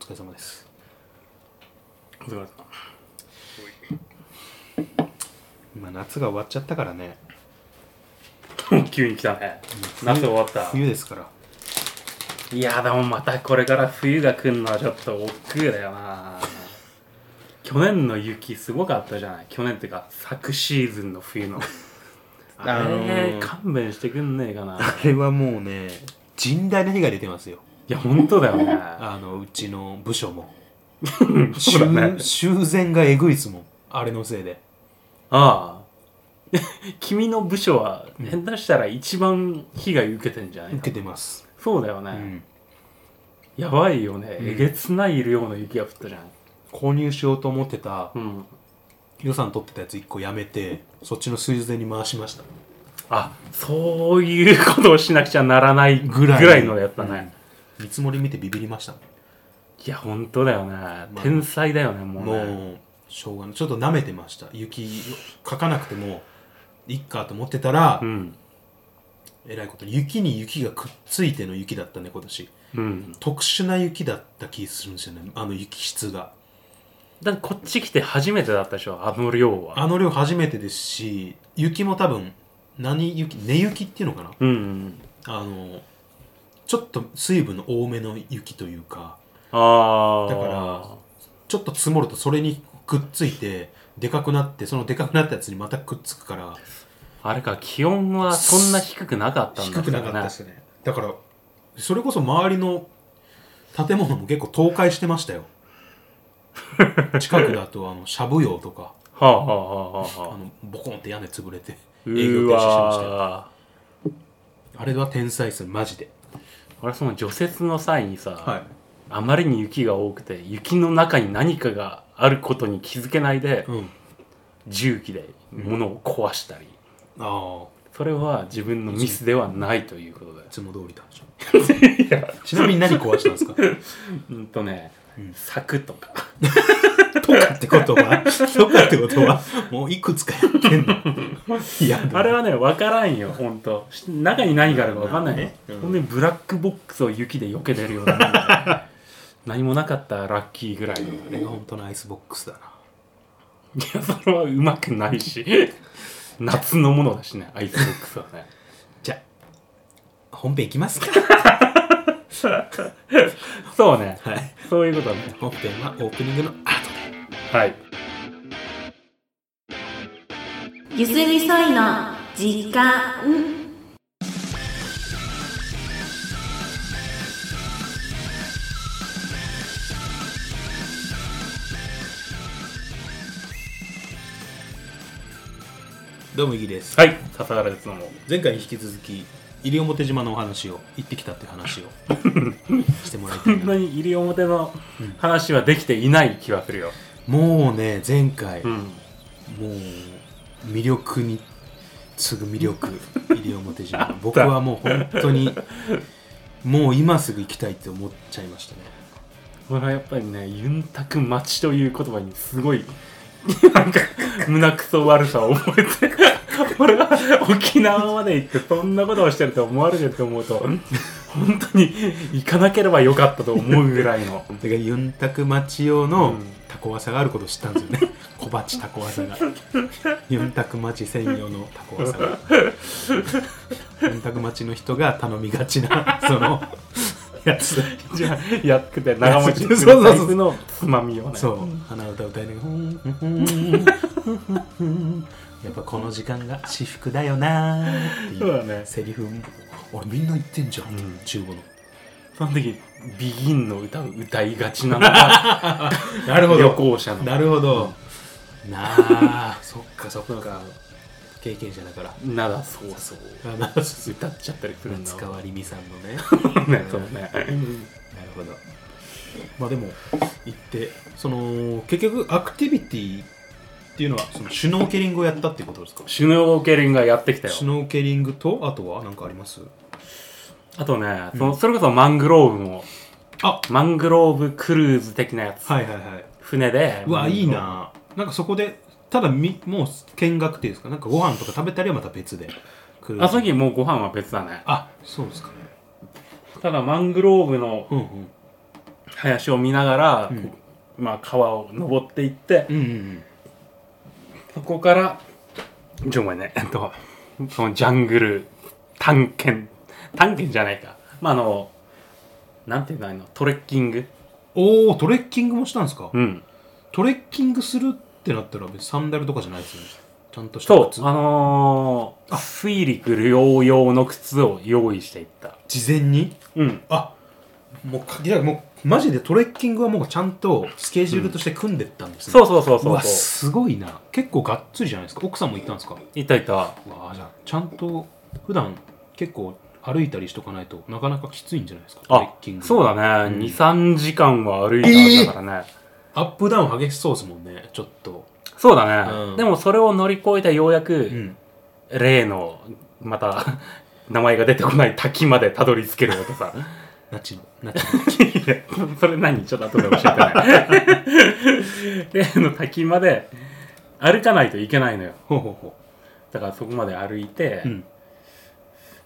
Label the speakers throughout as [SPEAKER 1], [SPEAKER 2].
[SPEAKER 1] 疲れ様です
[SPEAKER 2] お疲れ様
[SPEAKER 1] まあ夏が終わっちゃったからね
[SPEAKER 2] 急に来たね夏終わった
[SPEAKER 1] 冬ですから
[SPEAKER 2] いやでもまたこれから冬が来るのはちょっと億劫だよな去年の雪すごかったじゃない去年っていうか昨シーズンの冬のあれ
[SPEAKER 1] あのー
[SPEAKER 2] 勘弁してくんねえかな
[SPEAKER 1] あれはもうね甚大な被害出てますよ
[SPEAKER 2] いや本当だよね
[SPEAKER 1] あのうちの部署 も
[SPEAKER 2] そうだね
[SPEAKER 1] 修修繕がえぐいっすもんあれのせいで
[SPEAKER 2] ああ 君の部署は変だしたら一番被害受けてんじゃないの
[SPEAKER 1] 受けてます、
[SPEAKER 2] そうだよね、
[SPEAKER 1] うん
[SPEAKER 2] やばいよね、
[SPEAKER 1] うん
[SPEAKER 2] えげつない量の雪が降ったじゃん
[SPEAKER 1] 購入しようと思ってた
[SPEAKER 2] うん
[SPEAKER 1] 予算取ってたやつ1個やめてそっちの修繕に回しました
[SPEAKER 2] あそういうことをしなくちゃならないぐ
[SPEAKER 1] ぐ
[SPEAKER 2] ら
[SPEAKER 1] らい
[SPEAKER 2] いのやったね、
[SPEAKER 1] 見積もり見てビビりましたもん
[SPEAKER 2] いや本当だよね、
[SPEAKER 1] あ
[SPEAKER 2] 天才だよねもうね
[SPEAKER 1] もうしょうがないちょっと舐めてました雪かかなくてもいっかと思ってたら、
[SPEAKER 2] うん
[SPEAKER 1] えらいことに雪に雪がくっついての雪だったね今年
[SPEAKER 2] うん
[SPEAKER 1] 特殊な雪だった気するんですよねあの雪質が
[SPEAKER 2] だってこっち来て初めてだったでしょあの量は
[SPEAKER 1] あの量初めてですし雪も多分何雪根雪っていうのかな
[SPEAKER 2] うんうん
[SPEAKER 1] あのちょっと水分の多めの雪というか
[SPEAKER 2] ああ
[SPEAKER 1] だからちょっと積もるとそれにくっついてでかくなってそのでかくなったやつにまたくっつくから
[SPEAKER 2] あれか気温はそんな低くなかったんだ
[SPEAKER 1] 低くなかったですねだからそれこそ周りの建物も結構倒壊してましたよ近くだとあのしゃぶ用とか
[SPEAKER 2] はあはあはあ
[SPEAKER 1] あ
[SPEAKER 2] はあ
[SPEAKER 1] のボコンって屋根潰れて
[SPEAKER 2] う
[SPEAKER 1] 営業停止してましたよ
[SPEAKER 2] わ
[SPEAKER 1] あれは天才ですねマジで
[SPEAKER 2] ー俺その除雪の際にさ、
[SPEAKER 1] は
[SPEAKER 2] あまりに雪が多くて雪の中に何かがあることに気づけないで
[SPEAKER 1] い、うん、
[SPEAKER 2] 重機で物を壊したり、
[SPEAKER 1] ああ
[SPEAKER 2] それは自分のミスではないということだよ
[SPEAKER 1] いつも通りだでしょ
[SPEAKER 2] や
[SPEAKER 1] ちなみに何壊したんですか
[SPEAKER 2] うんとね、
[SPEAKER 1] うん
[SPEAKER 2] 柵とか
[SPEAKER 1] とかってことはとかってことはもういくつかやってんのいや
[SPEAKER 2] あれ
[SPEAKER 1] は
[SPEAKER 2] はね分からんよほんとし中に何があるか分かんないの、
[SPEAKER 1] うん
[SPEAKER 2] ほんでブラックボックスを雪で避けてるようなもん だよ何もなかったらラッキーぐらいのい
[SPEAKER 1] あれが本当のアイスボックスだな
[SPEAKER 2] やそれはうまくないし夏のものだしねアイスボックスは ね
[SPEAKER 1] じゃあ本編いきますか
[SPEAKER 2] そうね
[SPEAKER 1] はい
[SPEAKER 2] そういうことだね
[SPEAKER 1] 本編はオープニングの後で
[SPEAKER 2] はい
[SPEAKER 3] ゆすみそいの時間
[SPEAKER 1] どうもイギです、
[SPEAKER 2] はい笹原ですどうも
[SPEAKER 1] 前回に引き続き西表島のお話を行ってきたっていう話 をしてもらいた
[SPEAKER 2] 本
[SPEAKER 1] い
[SPEAKER 2] 当
[SPEAKER 1] な
[SPEAKER 2] に西表の話はできていない気はするよ、
[SPEAKER 1] もうね前回、
[SPEAKER 2] うん、
[SPEAKER 1] もう魅力に次ぐ魅 力西表島僕はもう本当にもう今すぐ行きたいって思っちゃいましたね
[SPEAKER 2] これはやっぱりね「ユンタク待ち」という言葉にすごい なんか胸くそ悪さを覚えて 俺は沖縄まで行ってそんなことをしてると思われてると思うと本当に行かなければよかったと思うぐらい の
[SPEAKER 1] だからユンタク町用の
[SPEAKER 2] うん
[SPEAKER 1] タコワサがあることを知ったん ですよね小鉢タコワサがユンタク町専用のタコワサがユンタク町の人が頼みがちなそのやつ
[SPEAKER 2] じゃあやっくて長持ちする
[SPEAKER 1] そう
[SPEAKER 2] タ
[SPEAKER 1] そう
[SPEAKER 2] イ
[SPEAKER 1] そう
[SPEAKER 2] プのつまみをね
[SPEAKER 1] そう鼻歌歌いながらふんふんふんふんやっぱこの時間が至福だよなーっていう
[SPEAKER 2] そうだね
[SPEAKER 1] セリフ俺みんな言ってんじゃん、中語の
[SPEAKER 2] その時ビギンの歌を歌いがちなのが
[SPEAKER 1] なる
[SPEAKER 2] 旅行者の
[SPEAKER 1] なるほど、なあそっかそっか経験者だから
[SPEAKER 2] ならそうそう
[SPEAKER 1] あなるほ
[SPEAKER 2] 歌っちゃったりする
[SPEAKER 1] ど
[SPEAKER 2] んだ
[SPEAKER 1] 夏
[SPEAKER 2] わ
[SPEAKER 1] 川りみさんの ね
[SPEAKER 2] ねそう
[SPEAKER 1] な
[SPEAKER 2] ね
[SPEAKER 1] るほどまあでも行ってその結局アクティビティっていうのはそのシュノーケリングをやったっていうことですか
[SPEAKER 2] シュノーケリングがやってきたよ
[SPEAKER 1] シュノーケリングとあとは何かあります
[SPEAKER 2] あとねそのそれこそマングローブも
[SPEAKER 1] あ
[SPEAKER 2] マングローブクルーズ的なやつ
[SPEAKER 1] はいはいはい
[SPEAKER 2] 船で
[SPEAKER 1] うわいいななんかそこでただみもう見学っていうんですかなんかご飯とか食べたりはまた別で来る
[SPEAKER 2] あその時もうご飯は別だね
[SPEAKER 1] あそうですかね
[SPEAKER 2] ただマングローブの
[SPEAKER 1] うんうん
[SPEAKER 2] 林を見ながら、
[SPEAKER 1] うん
[SPEAKER 2] こうまあ、川を登っていって、
[SPEAKER 1] うんうん
[SPEAKER 2] そこからちょごめんねえっとそのジャングル探検探検じゃないかまああのなんていうのあのトレッキング
[SPEAKER 1] おおトレッキングもしたんですか、
[SPEAKER 2] うん
[SPEAKER 1] トレッキングするってなったら別にサンダルとかじゃないですよねちゃんとした
[SPEAKER 2] と
[SPEAKER 1] 靴
[SPEAKER 2] あのー、水陸両用の靴を用意していった
[SPEAKER 1] 事前に
[SPEAKER 2] うん
[SPEAKER 1] あもうかいやもうマジでトレッキングはもうちゃんとスケジュールとして組んでったんですね、
[SPEAKER 2] そうそうそうそうう
[SPEAKER 1] わ
[SPEAKER 2] そう
[SPEAKER 1] すごいな結構がっつりじゃないですか奥さんも行ったんですか
[SPEAKER 2] いたいた
[SPEAKER 1] うわあじゃあちゃんと普段結構歩いたりしとかないとなかなかきついんじゃないですかトレ
[SPEAKER 2] あ
[SPEAKER 1] ッキング
[SPEAKER 2] そうだ
[SPEAKER 1] う
[SPEAKER 2] ね、
[SPEAKER 1] ん
[SPEAKER 2] 23時間は歩いたんだからね、
[SPEAKER 1] アップダウン激しそうですもんねちょっと
[SPEAKER 2] そうだね、
[SPEAKER 1] うん
[SPEAKER 2] でもそれを乗り越えたようやく、
[SPEAKER 1] うん
[SPEAKER 2] 例のまた 名前が出てこない滝までたどり着けるわけさ
[SPEAKER 1] ナチのナチ
[SPEAKER 2] いやそれ何ちょっと後で教え てね例の滝まで歩かないといけないのよ
[SPEAKER 1] のほうほうほ
[SPEAKER 2] だからそこまで歩いて、
[SPEAKER 1] う、うん、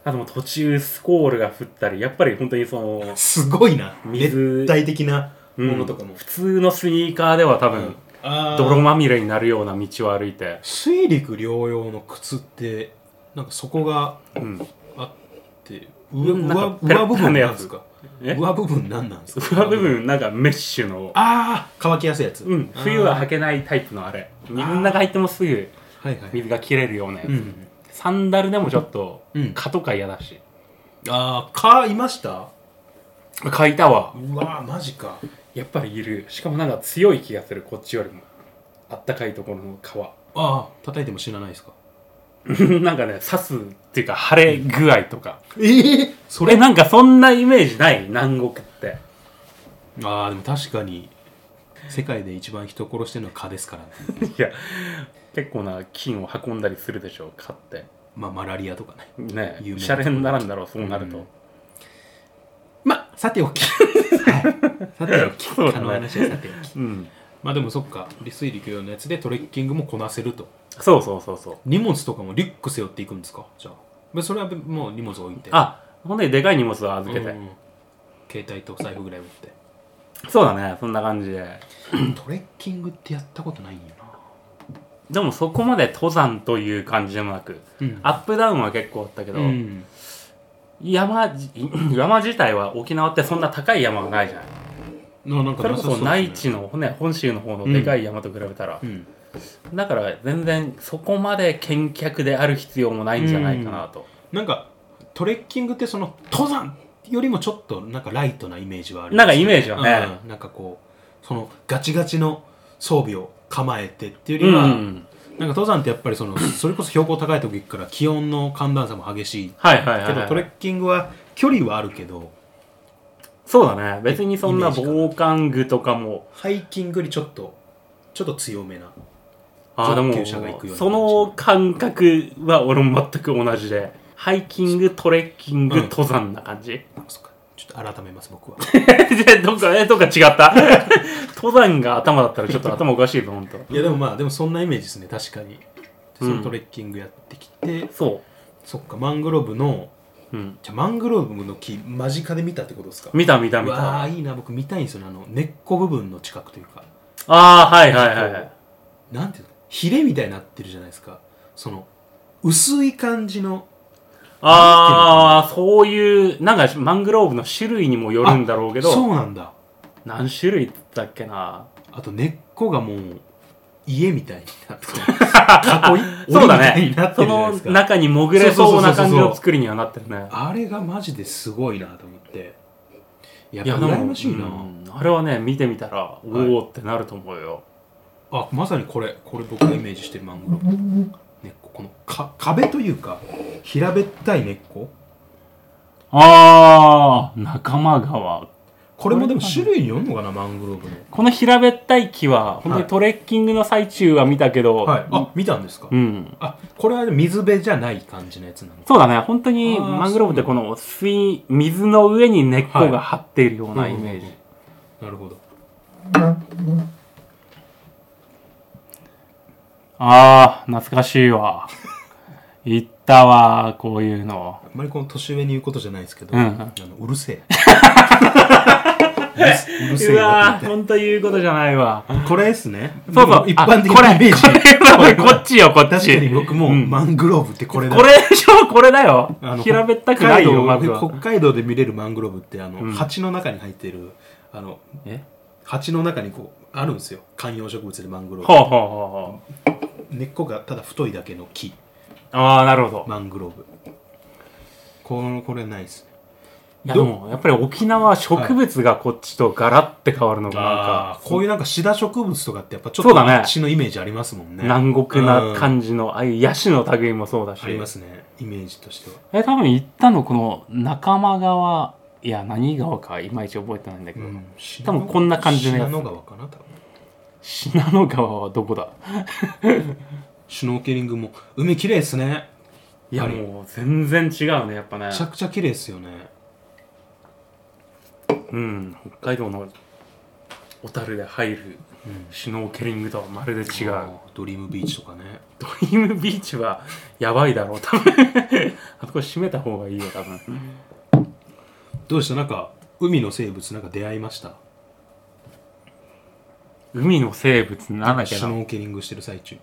[SPEAKER 2] あともう途中スコールが降ったりやっぱり本当にその
[SPEAKER 1] すごいな
[SPEAKER 2] 水
[SPEAKER 1] 熱帯的な
[SPEAKER 2] うん
[SPEAKER 1] ものとかも、
[SPEAKER 2] 普通のスニーカーでは多分、
[SPEAKER 1] あー
[SPEAKER 2] 泥まみれになるような道を歩いて、
[SPEAKER 1] 水陸両用の靴ってなんかそこが
[SPEAKER 2] うん、
[SPEAKER 1] あって
[SPEAKER 2] うんなん
[SPEAKER 1] 上
[SPEAKER 2] かペラ
[SPEAKER 1] 上部
[SPEAKER 2] ペラ
[SPEAKER 1] 分
[SPEAKER 2] のや
[SPEAKER 1] なん
[SPEAKER 2] つ
[SPEAKER 1] ですか
[SPEAKER 2] え
[SPEAKER 1] 上部分なんなんですか
[SPEAKER 2] 上部分なんかメッシュの
[SPEAKER 1] ああ乾きやすいやつ
[SPEAKER 2] うん、冬は履
[SPEAKER 1] あ
[SPEAKER 2] けないタイプのあれみんなが履いてもすぐ
[SPEAKER 1] ーはいはい
[SPEAKER 2] 水が切れるようなやつ、
[SPEAKER 1] うん
[SPEAKER 2] サンダルでもちょっと
[SPEAKER 1] うん
[SPEAKER 2] 蚊とか嫌だし
[SPEAKER 1] ああ蚊いました
[SPEAKER 2] 蚊いたわ
[SPEAKER 1] うわーマジか
[SPEAKER 2] やっぱりいるしかもなんか強い気がするこっちよりもあったかいところの蚊は
[SPEAKER 1] ああ叩いても死なないですか
[SPEAKER 2] なんかね刺すっていうか腫れ具合とか、
[SPEAKER 1] ええそ
[SPEAKER 2] えなんかそんなイメージない南国って
[SPEAKER 1] ああでも確かに世界で一番人殺してるのは蚊ですからね
[SPEAKER 2] いや結構な菌を運んだりするでしょ蚊って
[SPEAKER 1] まあマラリアとかね
[SPEAKER 2] ね
[SPEAKER 1] 有名
[SPEAKER 2] え
[SPEAKER 1] な
[SPEAKER 2] シャレにならんだろうそうなると、
[SPEAKER 1] うんまあさておき、はい、さておき
[SPEAKER 2] そうだね
[SPEAKER 1] 蚊の話はさておき
[SPEAKER 2] うん、
[SPEAKER 1] まあでもそっか利水陸用のやつでトレッキングもこなせると
[SPEAKER 2] そうそうそうそう
[SPEAKER 1] 荷物とかもリュック背負っていくんですかじゃあまあそれはもう荷物置いて
[SPEAKER 2] あ本当にでかい荷物は
[SPEAKER 1] うん
[SPEAKER 2] 預けて、
[SPEAKER 1] 携帯と財布ぐらい持って
[SPEAKER 2] そうだねそんな感じで
[SPEAKER 1] トレッキングってやったことないんよな
[SPEAKER 2] でもそこまで登山という感じでもなく
[SPEAKER 1] うん
[SPEAKER 2] アップダウンは結構あったけど、
[SPEAKER 1] うん
[SPEAKER 2] 山じ山自体は沖縄ってそんな高い山がないじゃない
[SPEAKER 1] ななんか
[SPEAKER 2] それこそ内地
[SPEAKER 1] の、
[SPEAKER 2] の、ね、本州の方のでかい山と比べたら
[SPEAKER 1] う、ん、
[SPEAKER 2] だから全然そこまで見客である必要もないんじゃないかなと、
[SPEAKER 1] なんかトレッキングってその登山よりもちょっとなんかライトなイメージはある
[SPEAKER 2] なんかイメージはね、
[SPEAKER 1] うんなんかこうそのガチガチの装備を構えてっていうよ
[SPEAKER 2] う
[SPEAKER 1] り
[SPEAKER 2] ん
[SPEAKER 1] は、なんか登山ってやっぱりその それこそ標高高い時から気温の寒暖差も激しい
[SPEAKER 2] はいはいは
[SPEAKER 1] け
[SPEAKER 2] い、
[SPEAKER 1] どトレッキングは距離はあるけど
[SPEAKER 2] そうだね別にそんな
[SPEAKER 1] イメージかな
[SPEAKER 2] 防寒具とかも
[SPEAKER 1] ハイキングよりちょっとちょっと強めな
[SPEAKER 2] あーでも
[SPEAKER 1] 上級者が行くような感じ
[SPEAKER 2] その感覚は俺も全く同じでハイキングトレッキング、
[SPEAKER 1] うん
[SPEAKER 2] 登山な感じ
[SPEAKER 1] あそっかちょっと改めます僕は
[SPEAKER 2] でどっか、え、どっか違った。 登山が頭だったらちょっと頭おかしいぞ、ほんと。
[SPEAKER 1] いやでもまあでもそんなイメージですね確かにそ
[SPEAKER 2] うん
[SPEAKER 1] のトレッキングやってきて、
[SPEAKER 2] そ
[SPEAKER 1] そっかマングローブの
[SPEAKER 2] う。うん。
[SPEAKER 1] じゃあマングローブの木間近で見たってことですか
[SPEAKER 2] 見た見た
[SPEAKER 1] う
[SPEAKER 2] 見た。
[SPEAKER 1] わあ
[SPEAKER 2] あ
[SPEAKER 1] いいな僕見たいんですよねあの根っこ部分の近くというか
[SPEAKER 2] あー、はいはいはい。
[SPEAKER 1] なんていうのヒレみたいになってるじゃないですかその薄い感じの
[SPEAKER 2] ああ、そういう、なんかマングローブの種類にもよるんだろうけ
[SPEAKER 1] そ
[SPEAKER 2] ど、
[SPEAKER 1] うなんだ
[SPEAKER 2] 何種類だっけな。
[SPEAKER 1] あと根っこがもう家みたいになって る囲い
[SPEAKER 2] そうだ
[SPEAKER 1] 檻み
[SPEAKER 2] ね
[SPEAKER 1] たいにな。って
[SPEAKER 2] そ
[SPEAKER 1] るじゃない
[SPEAKER 2] の
[SPEAKER 1] ですか
[SPEAKER 2] 中に潜れそうな
[SPEAKER 1] そうそうそうそう
[SPEAKER 2] 感じの作りにはなってるね。
[SPEAKER 1] あれがマジですごいなと思っていや
[SPEAKER 2] いや、
[SPEAKER 1] やっ
[SPEAKER 2] で
[SPEAKER 1] ぱ
[SPEAKER 2] も、
[SPEAKER 1] 羨ましいな、
[SPEAKER 2] うんあれはね、見てみたら、お
[SPEAKER 1] い
[SPEAKER 2] おってなると思うよ。
[SPEAKER 1] あまさにこれこれ僕がイメージしてるマングローブ根っここのか壁というか平べったい根っこ
[SPEAKER 2] ああ、仲間川。
[SPEAKER 1] これもでも種類によるのかなマングローブの
[SPEAKER 2] この平べったい木は、本当にトレッキングの最中は見たけど、
[SPEAKER 1] はいあ見たんですか、
[SPEAKER 2] うん。
[SPEAKER 1] あこれは水辺じゃない感じのやつなの
[SPEAKER 2] そうだね。本当に
[SPEAKER 1] あー
[SPEAKER 2] マングローブってこの水、水の上に根っこが張っているようなイメージ。
[SPEAKER 1] なるほど
[SPEAKER 2] ああ、懐かしいわ。 行ったわ、こういうの。
[SPEAKER 1] あんま りこの年上に言うことじゃないですけど、
[SPEAKER 2] うん
[SPEAKER 1] あのうるせえうるせうるうせ
[SPEAKER 2] う
[SPEAKER 1] えわ
[SPEAKER 2] わ
[SPEAKER 1] って
[SPEAKER 2] ー、ほんと言うことじゃないわ。
[SPEAKER 1] これですね
[SPEAKER 2] そうそ
[SPEAKER 1] も
[SPEAKER 2] う、
[SPEAKER 1] 一般的
[SPEAKER 2] あ
[SPEAKER 1] なイメージ
[SPEAKER 2] これ、これ、こっちよ、こっ
[SPEAKER 1] 確
[SPEAKER 2] ち。
[SPEAKER 1] かに僕も、
[SPEAKER 2] うん
[SPEAKER 1] マングローブってこれだ
[SPEAKER 2] これでしょ、これだよ
[SPEAKER 1] あの。
[SPEAKER 2] 平べったくないよ、ま
[SPEAKER 1] 北
[SPEAKER 2] ず
[SPEAKER 1] 海道
[SPEAKER 2] は。
[SPEAKER 1] 北海道で見れるマングローブってあの、
[SPEAKER 2] うん
[SPEAKER 1] 鉢の中に入っているあの
[SPEAKER 2] え
[SPEAKER 1] 鉢の中にこうあるんですよ観葉植物でマングロー
[SPEAKER 2] ほ
[SPEAKER 1] ブ
[SPEAKER 2] うほうほうほう。
[SPEAKER 1] 根っこがただ太いだけの木
[SPEAKER 2] ああ、なるほど。
[SPEAKER 1] マングローブこのこれないですね
[SPEAKER 2] いや、でも、やっぱり沖縄は植物がこっちとガラッて変わるのが、なんか、
[SPEAKER 1] こういうなんかシダ植物とかってやっぱちょっと
[SPEAKER 2] そうだね
[SPEAKER 1] 血のイメージありますもんね
[SPEAKER 2] 南国な感じの、ああいうヤシの類もそうだし
[SPEAKER 1] あ。りますねイメージとしては
[SPEAKER 2] え、多分行ったの、この仲間川、いや、何川か、いまいち覚えてないんだけど、
[SPEAKER 1] 多
[SPEAKER 2] 多分こんな感じのやつ
[SPEAKER 1] 信濃川かな多分
[SPEAKER 2] 信濃川はどこだ
[SPEAKER 1] シュノーケリングも海綺麗ですね
[SPEAKER 2] いや、
[SPEAKER 1] あれ
[SPEAKER 2] もう全然違うね、やっぱね
[SPEAKER 1] め。ちゃくちゃ綺麗ですよね
[SPEAKER 2] うん、北海道の小樽で入るシュノーケリングとはまるで違う。
[SPEAKER 1] ドリームビーチとかね
[SPEAKER 2] ドリームビーチはやばいだろう、多分あそこ閉めた方がいいよ、多分
[SPEAKER 1] どうでしたなんか海の生物なんか出会いました
[SPEAKER 2] 海の生物なんだっけ
[SPEAKER 1] シュ
[SPEAKER 2] な
[SPEAKER 1] ノーケリングしてる最中に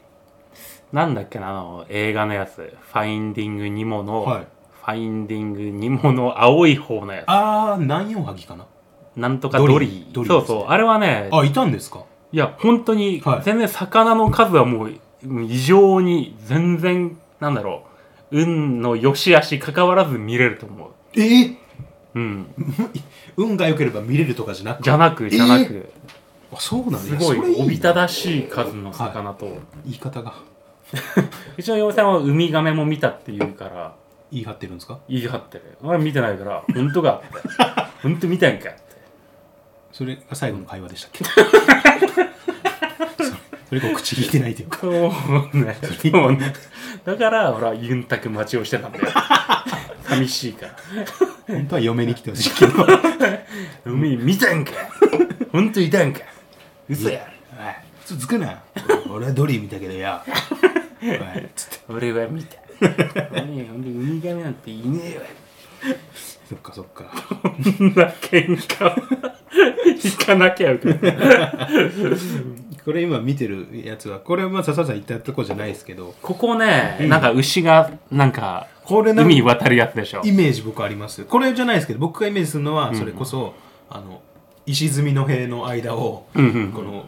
[SPEAKER 2] なんだっけなあの映画のやつ「ファインディング・ニモの」
[SPEAKER 1] はい
[SPEAKER 2] ファインディング・ニモの青い方のや
[SPEAKER 1] ああ南洋萩かな
[SPEAKER 2] つなんとかドリー
[SPEAKER 1] ドリードリー
[SPEAKER 2] そう
[SPEAKER 1] ですね
[SPEAKER 2] そうあれはね
[SPEAKER 1] あいたんですか
[SPEAKER 2] いや本当に
[SPEAKER 1] はい
[SPEAKER 2] 全然魚の数はもう異常に全然なんだろう運の良し悪し関わらず見れると思
[SPEAKER 1] えー、
[SPEAKER 2] ううん
[SPEAKER 1] 運が良ければ見れるとかじゃなく
[SPEAKER 2] じゃなくじゃなく、
[SPEAKER 1] あそうなんだ
[SPEAKER 2] すご
[SPEAKER 1] やそれ
[SPEAKER 2] いおびた
[SPEAKER 1] な
[SPEAKER 2] だしい数の魚と、
[SPEAKER 1] 言い方が
[SPEAKER 2] うちの嫁さんはウミガメも見たっていうから
[SPEAKER 1] 言い張ってるんですか
[SPEAKER 2] 言い張ってる俺見てないから本当かって本当見たんかって
[SPEAKER 1] それが最後の会話でしたっけ それそれが口聞いてないというか
[SPEAKER 2] そうねそうねだから俺はユンタク待ちをしてたんだよ寂しいから
[SPEAKER 1] 本当は嫁に来てほしいけど
[SPEAKER 2] 海見たんか本当いたんか嘘や
[SPEAKER 1] おいつつくな俺はドリー見たけどよおいつって
[SPEAKER 2] 俺は見た何俺ウミガメなんていねえわ
[SPEAKER 1] そっかそっか
[SPEAKER 2] こんな喧嘩 は行かなきゃよくない
[SPEAKER 1] これ今見てるやつはこれはまあ笹さん行ったとこじゃないですけど
[SPEAKER 2] ここね、なんか牛がなんか
[SPEAKER 1] これなんか
[SPEAKER 2] 海渡るやつでしょ
[SPEAKER 1] イメージ僕ありますこれじゃないですけど僕がイメージするのはそれこそ、あの石積みの塀の間を、
[SPEAKER 2] うんうん
[SPEAKER 1] この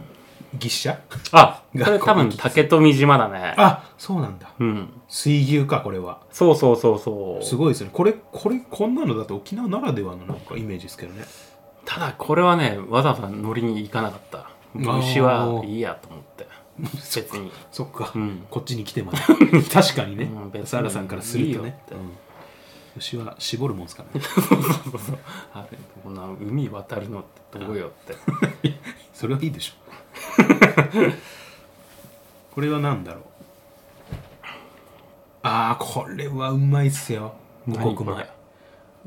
[SPEAKER 1] 牛車
[SPEAKER 2] あ、こ
[SPEAKER 1] 学校
[SPEAKER 2] れ多分竹富島だね。
[SPEAKER 1] あそうなんだ
[SPEAKER 2] うん。
[SPEAKER 1] 水牛かこれは
[SPEAKER 2] そうそうそうそう。
[SPEAKER 1] すごいですねこれこれこんなのだと沖縄ならではのなんかイメージですけどね
[SPEAKER 2] ただこれはね、わざわざ乗りに行かなかった。虫はいいやと思って。別 に。
[SPEAKER 1] そっか、
[SPEAKER 2] うん
[SPEAKER 1] こっちに来てま で確かにね
[SPEAKER 2] うん別に
[SPEAKER 1] 笠原さんからすると
[SPEAKER 2] いいよ
[SPEAKER 1] ね
[SPEAKER 2] って
[SPEAKER 1] うん牛は絞るもんです からね
[SPEAKER 2] あれこんな海渡るのってどう よって。
[SPEAKER 1] それはいいでしょ これは何だろうああこれはうまいっすよ五穀
[SPEAKER 2] 何
[SPEAKER 1] 米
[SPEAKER 2] これ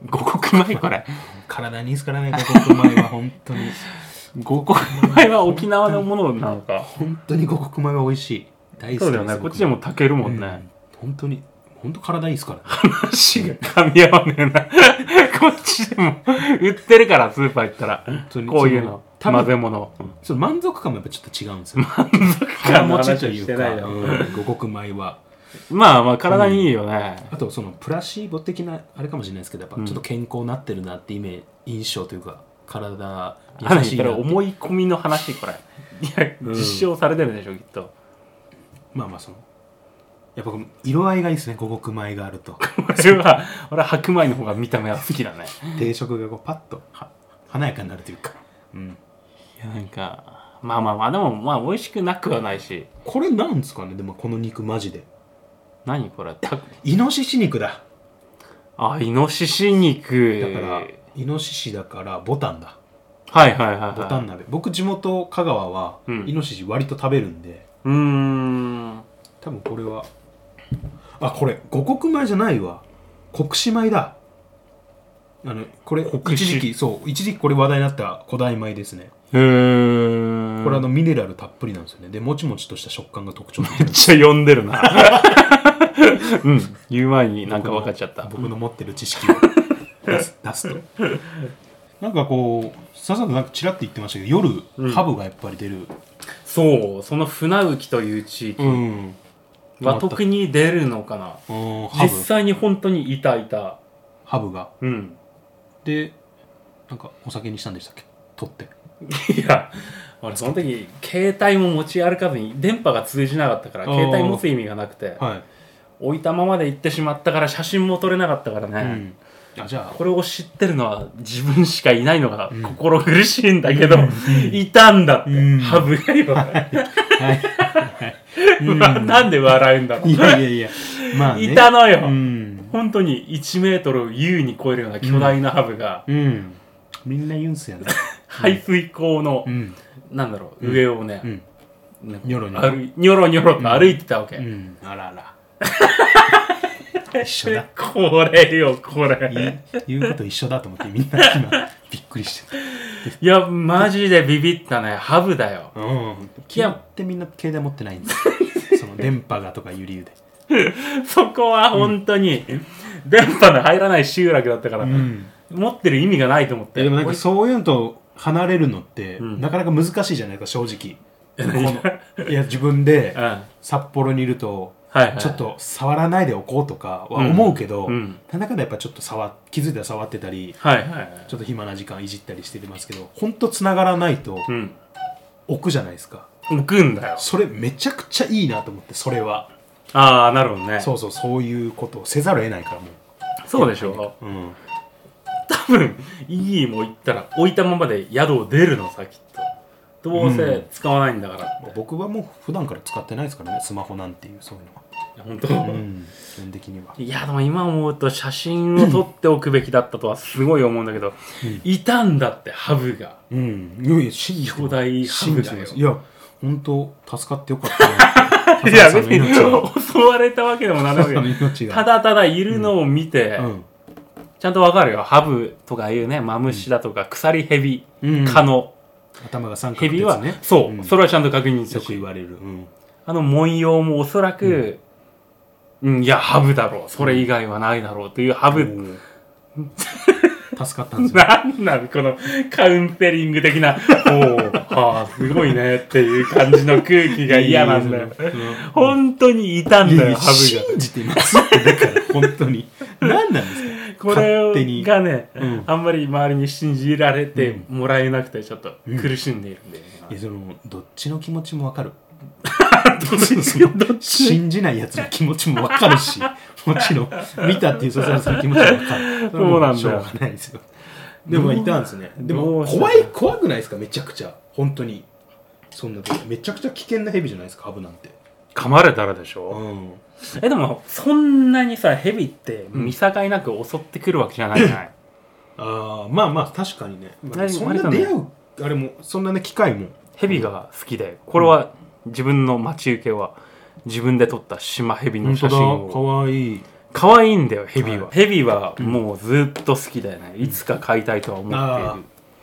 [SPEAKER 2] 五穀米これ。
[SPEAKER 1] 体にいいっすからね五穀米は本当に
[SPEAKER 2] 五穀米は沖縄のものなのか。
[SPEAKER 1] 本当に五穀米は美味しい大好き
[SPEAKER 2] そうだよね。こっちでも炊けるも
[SPEAKER 1] うんん
[SPEAKER 2] ね。
[SPEAKER 1] 本当に本当体いいっすから
[SPEAKER 2] 話が噛み合わねえな。 こっちでも売ってるから、スーパー行ったら
[SPEAKER 1] 当に。
[SPEAKER 2] こういうの。
[SPEAKER 1] その
[SPEAKER 2] 混ぜ物。
[SPEAKER 1] その満足感もやっぱちょっと違うんです よ
[SPEAKER 2] 感の
[SPEAKER 1] 持ち
[SPEAKER 2] 話
[SPEAKER 1] と
[SPEAKER 2] は
[SPEAKER 1] いう
[SPEAKER 2] して
[SPEAKER 1] か
[SPEAKER 2] ないよ
[SPEAKER 1] うん五穀米は
[SPEAKER 2] まあまあ体にいいよね。
[SPEAKER 1] あとそのプラシーボ的なあれかもしれないですけどやっぱちょっと健康になってるなってイメージ印象というか体優
[SPEAKER 2] 話
[SPEAKER 1] し
[SPEAKER 2] し
[SPEAKER 1] い
[SPEAKER 2] た
[SPEAKER 1] な
[SPEAKER 2] ら
[SPEAKER 1] って
[SPEAKER 2] 思い込みの話これ。いや、
[SPEAKER 1] うん
[SPEAKER 2] 実証されてるでしょ、きっと。
[SPEAKER 1] まあまあそのやっぱこの色合いがいいですね五穀米があると
[SPEAKER 2] 俺は、俺は白米の方が見た目は好きだね。
[SPEAKER 1] 定食がこうパッとは華やかになるというか、うん、
[SPEAKER 2] いや、なんか、まあまあまあ、でもまあ美味しくなくはないし。
[SPEAKER 1] これなんですかねでもこの肉マジで
[SPEAKER 2] 何これた
[SPEAKER 1] イノシシ肉だ
[SPEAKER 2] あ、イノシシ肉。
[SPEAKER 1] だから、イノシシだからボタンだ
[SPEAKER 2] はいはいはい、はい。
[SPEAKER 1] ボタン鍋僕地元香川は
[SPEAKER 2] うん
[SPEAKER 1] イノシシ割と食べるんで
[SPEAKER 2] うーん。
[SPEAKER 1] 多分これはあこれ五穀米じゃないわ国士米だあのこれ
[SPEAKER 2] 国
[SPEAKER 1] 一
[SPEAKER 2] 士
[SPEAKER 1] 時期そう一時期これ話題になった古代米ですね
[SPEAKER 2] へー。
[SPEAKER 1] これあ
[SPEAKER 2] め
[SPEAKER 1] のミネラルたっぷりなんですよねでもちもちとした食感が特徴的なん
[SPEAKER 2] っ
[SPEAKER 1] です
[SPEAKER 2] ちゃ呼んでるな。うん。 言う前になんか分かっちゃった。
[SPEAKER 1] 僕の持ってる知識を出す出すとなんかこうさっさとなんかちらっと言ってましたけど夜、
[SPEAKER 2] うん
[SPEAKER 1] ハブがやっぱり出る、
[SPEAKER 2] そうその船浮という地域
[SPEAKER 1] ん、
[SPEAKER 2] は特に出るのかな
[SPEAKER 1] うんハ
[SPEAKER 2] 実
[SPEAKER 1] ブ
[SPEAKER 2] 際に本当にいたいた
[SPEAKER 1] ハブが
[SPEAKER 2] うん
[SPEAKER 1] でなんかお酒にしたんでしたっけ取って
[SPEAKER 2] いや俺その時携帯も持ち歩かずに電波が通じなかったから
[SPEAKER 1] おー
[SPEAKER 2] 携帯持つ意味がなくて
[SPEAKER 1] はい、
[SPEAKER 2] 置いたままで行ってしまったから写真も撮れなかったから
[SPEAKER 1] う
[SPEAKER 2] ね、
[SPEAKER 1] ん、あじゃあ
[SPEAKER 2] これを知ってるのは自分しかいないのが
[SPEAKER 1] うん
[SPEAKER 2] 心苦しいんだけど、いたんだって、
[SPEAKER 1] うん
[SPEAKER 2] ハブがよ、
[SPEAKER 1] はいうん
[SPEAKER 2] まあなんで笑うんだろう
[SPEAKER 1] いやいやいやまあ、ね、
[SPEAKER 2] いたのよ、
[SPEAKER 1] うん、
[SPEAKER 2] 本当に1メートルを優に超えるような巨大なハブが、
[SPEAKER 1] うん、みんな言うんすやね、
[SPEAKER 2] 排水溝の
[SPEAKER 1] う、ん
[SPEAKER 2] なんだろう上をね
[SPEAKER 1] う、ん
[SPEAKER 2] なんか
[SPEAKER 1] ニョロニョロ
[SPEAKER 2] 歩いニョロニョロと歩いてたわけ、
[SPEAKER 1] うん、あらあら一緒だ
[SPEAKER 2] これよこ
[SPEAKER 1] 言
[SPEAKER 2] れ
[SPEAKER 1] う言うこと一緒だと思ってみんな今びっくりしてる
[SPEAKER 2] いやマジでビビったねハブだ よ
[SPEAKER 1] うん
[SPEAKER 2] いや
[SPEAKER 1] ってみんな携帯持ってないんですよ その電波がとかいう理由で
[SPEAKER 2] そこは本当に電波の入らない集落だったから、
[SPEAKER 1] ん
[SPEAKER 2] 持ってる意味がないと思って
[SPEAKER 1] でもなんかそういうのと離れるのって、
[SPEAKER 2] うん
[SPEAKER 1] なかなか難しいじゃないですか正直このいや自分 で
[SPEAKER 2] うんはい
[SPEAKER 1] 札幌にいると
[SPEAKER 2] はい
[SPEAKER 1] ちょっと触らないでおこうとかは思うけど、
[SPEAKER 2] うんうん
[SPEAKER 1] 田中でやっぱちょっと触気づいたら触ってたり
[SPEAKER 2] はいはいはい
[SPEAKER 1] ちょっと暇な時間いじったりしてますけど本当つながらないと
[SPEAKER 2] うん
[SPEAKER 1] 置くじゃないですか、
[SPEAKER 2] 行くんだよ
[SPEAKER 1] それめちゃくちゃいいなと思ってそれは
[SPEAKER 2] ああなるほどね
[SPEAKER 1] そうそうそういうことをせざるを得ないからも
[SPEAKER 2] そうでしょ
[SPEAKER 1] う、うん、
[SPEAKER 2] 多分イギーも行ったら置いたままで宿を出るのさきっとどうせ使わないんだからって、
[SPEAKER 1] 僕はもう普段から使ってないですからねスマホなんていうそういうのは、
[SPEAKER 2] いや本当、
[SPEAKER 1] うん、基本的にはい
[SPEAKER 2] やでも今思うと写真を撮っておくべきだったとはすごい思うんだけど、
[SPEAKER 1] うん
[SPEAKER 2] いたんだってハブが
[SPEAKER 1] うんいやいや信じて
[SPEAKER 2] 巨大ハブ
[SPEAKER 1] 信じて
[SPEAKER 2] だよ
[SPEAKER 1] ますいや本当助かってよかった な笹野さんの命が
[SPEAKER 2] 襲われたわけでもな
[SPEAKER 1] 笹野さんの
[SPEAKER 2] らない
[SPEAKER 1] 命が
[SPEAKER 2] ただただいるのを見て、
[SPEAKER 1] うん
[SPEAKER 2] ちゃんとわかるよハブとかいうねマムシだとか、鎖ヘビ
[SPEAKER 1] うん
[SPEAKER 2] 蚊の
[SPEAKER 1] 頭が三角
[SPEAKER 2] ヘビ
[SPEAKER 1] で
[SPEAKER 2] は、
[SPEAKER 1] すね
[SPEAKER 2] そう、
[SPEAKER 1] ん
[SPEAKER 2] それはちゃんと確認す
[SPEAKER 1] よ
[SPEAKER 2] る
[SPEAKER 1] く言
[SPEAKER 2] し
[SPEAKER 1] われる、うん
[SPEAKER 2] あの文様もおそらく、うんいやハブだろうそれ以外はないだろうというハブ、
[SPEAKER 1] おー助かったんですよ
[SPEAKER 2] なんなんこのカウンセリング的 な、おお、はあ、すごいねっていう感じの空気が嫌なんだよ。
[SPEAKER 1] うん
[SPEAKER 2] 本当にいたん
[SPEAKER 1] いや
[SPEAKER 2] だ
[SPEAKER 1] い
[SPEAKER 2] よ、
[SPEAKER 1] や
[SPEAKER 2] ハ
[SPEAKER 1] 信じてますってだから本当 に何なんですか
[SPEAKER 2] ブが。これ
[SPEAKER 1] 勝手に
[SPEAKER 2] がね、
[SPEAKER 1] うん
[SPEAKER 2] あんまり周りに信じられてもらえなくて、ちょっと
[SPEAKER 1] うん
[SPEAKER 2] 苦しんでいるんで。
[SPEAKER 1] いやそのどっちの気持ちもわかる
[SPEAKER 2] どっちよどっちよ
[SPEAKER 1] 信じないやつの気持ちもわかるしもちろん見たっていう笹野さんの気持ちもわかる
[SPEAKER 2] そうなんだよ
[SPEAKER 1] しょうがないです よでもいたんですねで
[SPEAKER 2] ど
[SPEAKER 1] も
[SPEAKER 2] うした
[SPEAKER 1] 怖い怖くないですかめちゃくちゃ本当にそんな時めちゃくちゃ危険なヘビじゃないですかハブなんて
[SPEAKER 2] 噛まれたらでし
[SPEAKER 1] う
[SPEAKER 2] ょ、
[SPEAKER 1] ん
[SPEAKER 2] え、でも、そんなにさ、ヘビって
[SPEAKER 1] うん
[SPEAKER 2] 見境なく襲ってくるわけじゃないじゃない。
[SPEAKER 1] あーまあまあ確かにね、まあ
[SPEAKER 2] 何
[SPEAKER 1] そんな出会うあれもそんなね機会も
[SPEAKER 2] ヘビが好きで、これは自分の待ち受けは、自分で撮った島ヘビの写真を。
[SPEAKER 1] わいい
[SPEAKER 2] 可愛いんだよヘビは、
[SPEAKER 1] はい
[SPEAKER 2] ヘビはもうずっと好きだよね、いつか飼いたいとは思っ
[SPEAKER 1] あ
[SPEAKER 2] ている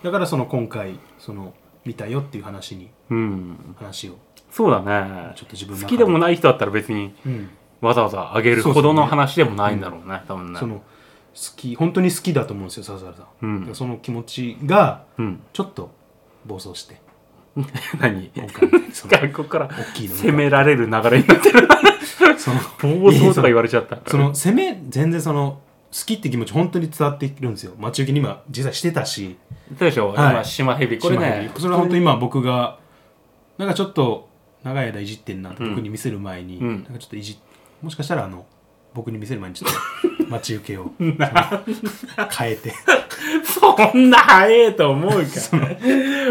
[SPEAKER 1] ーだからその今回その見たよっていう話に
[SPEAKER 2] うん
[SPEAKER 1] 話を
[SPEAKER 2] そうだね
[SPEAKER 1] ちょっと自分の中
[SPEAKER 2] 好きでもない人だったら別に
[SPEAKER 1] うん
[SPEAKER 2] わざわざあげる
[SPEAKER 1] そうそ
[SPEAKER 2] ほ
[SPEAKER 1] う
[SPEAKER 2] どの話でもないんだろうね多分ね
[SPEAKER 1] その好き本当に好きだと思うんですよ笹原さん、
[SPEAKER 2] うん
[SPEAKER 1] だからその気持ちが
[SPEAKER 2] うん
[SPEAKER 1] ちょっと暴走して
[SPEAKER 2] 何
[SPEAKER 1] 今回ねその
[SPEAKER 2] 学校から
[SPEAKER 1] 大きいのが
[SPEAKER 2] 責められる流 れになってる
[SPEAKER 1] その
[SPEAKER 2] 暴走とか言われちゃった
[SPEAKER 1] その攻め全然その好きって気持ち本当に伝わっているんですよ待ち受けに今実際してたし
[SPEAKER 2] どうでしょう、
[SPEAKER 1] はい
[SPEAKER 2] 今島ヘビこれ
[SPEAKER 1] 島根
[SPEAKER 2] ね
[SPEAKER 1] にそれは本当に今僕がなんかちょっと長い間いじってんなって僕に見せる前に、
[SPEAKER 2] うん
[SPEAKER 1] なんかちょっといじもしかしたらあの僕に見せる前にちょっと待ち受け をその変えて
[SPEAKER 2] そんな早えと思うか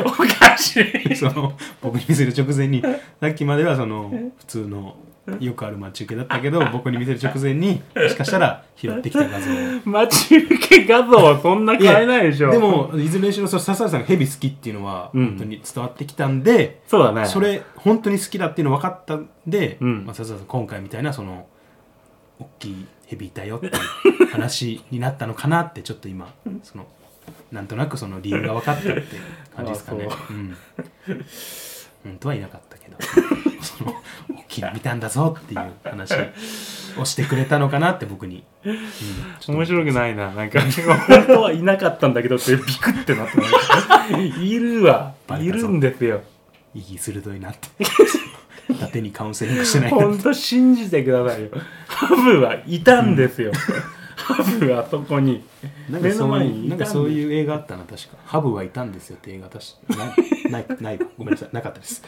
[SPEAKER 2] おかし い
[SPEAKER 1] その僕に見せる直前にさっきまではその普通のよくある待ち受けだったけど僕に見せる直前にもしかしたら拾ってきた画像 を
[SPEAKER 2] 待ち受け画像はそんな変えないでしょ
[SPEAKER 1] でもいずれにしろその笹原さんがヘビ好きっていうのは
[SPEAKER 2] うん
[SPEAKER 1] 本当に伝わってきたんで、
[SPEAKER 2] そうだね
[SPEAKER 1] それ本当に好きだっていうの分かったんで、
[SPEAKER 2] うん
[SPEAKER 1] まあ、笹原さん今回みたいなその大きいヘビいたよっていう話になったのかなってちょっと今そのなんとなくその理由が分かったって感じですかね
[SPEAKER 2] あ。
[SPEAKER 1] うんうんとはいなかった けどその沖縄見たんだぞっていう話をしてくれたのかなって僕に、うんちょっと
[SPEAKER 2] 面白くないな。なんか、本当はいなかったんだけどって、ビクってなってないいるわ。いるんですよ。
[SPEAKER 1] 意義鋭いな って 伊達にカウンセリングしてない
[SPEAKER 2] 本当信じてくださいよ。ハブはいたんですよ。ハブはそこに。
[SPEAKER 1] なんかそう
[SPEAKER 2] 目の前
[SPEAKER 1] い
[SPEAKER 2] に
[SPEAKER 1] う
[SPEAKER 2] いたん
[SPEAKER 1] なん
[SPEAKER 2] で
[SPEAKER 1] か
[SPEAKER 2] す
[SPEAKER 1] そういう映画あったな確か「ハブはいたんですよ」って映画確かないないないごめんなさいなかったです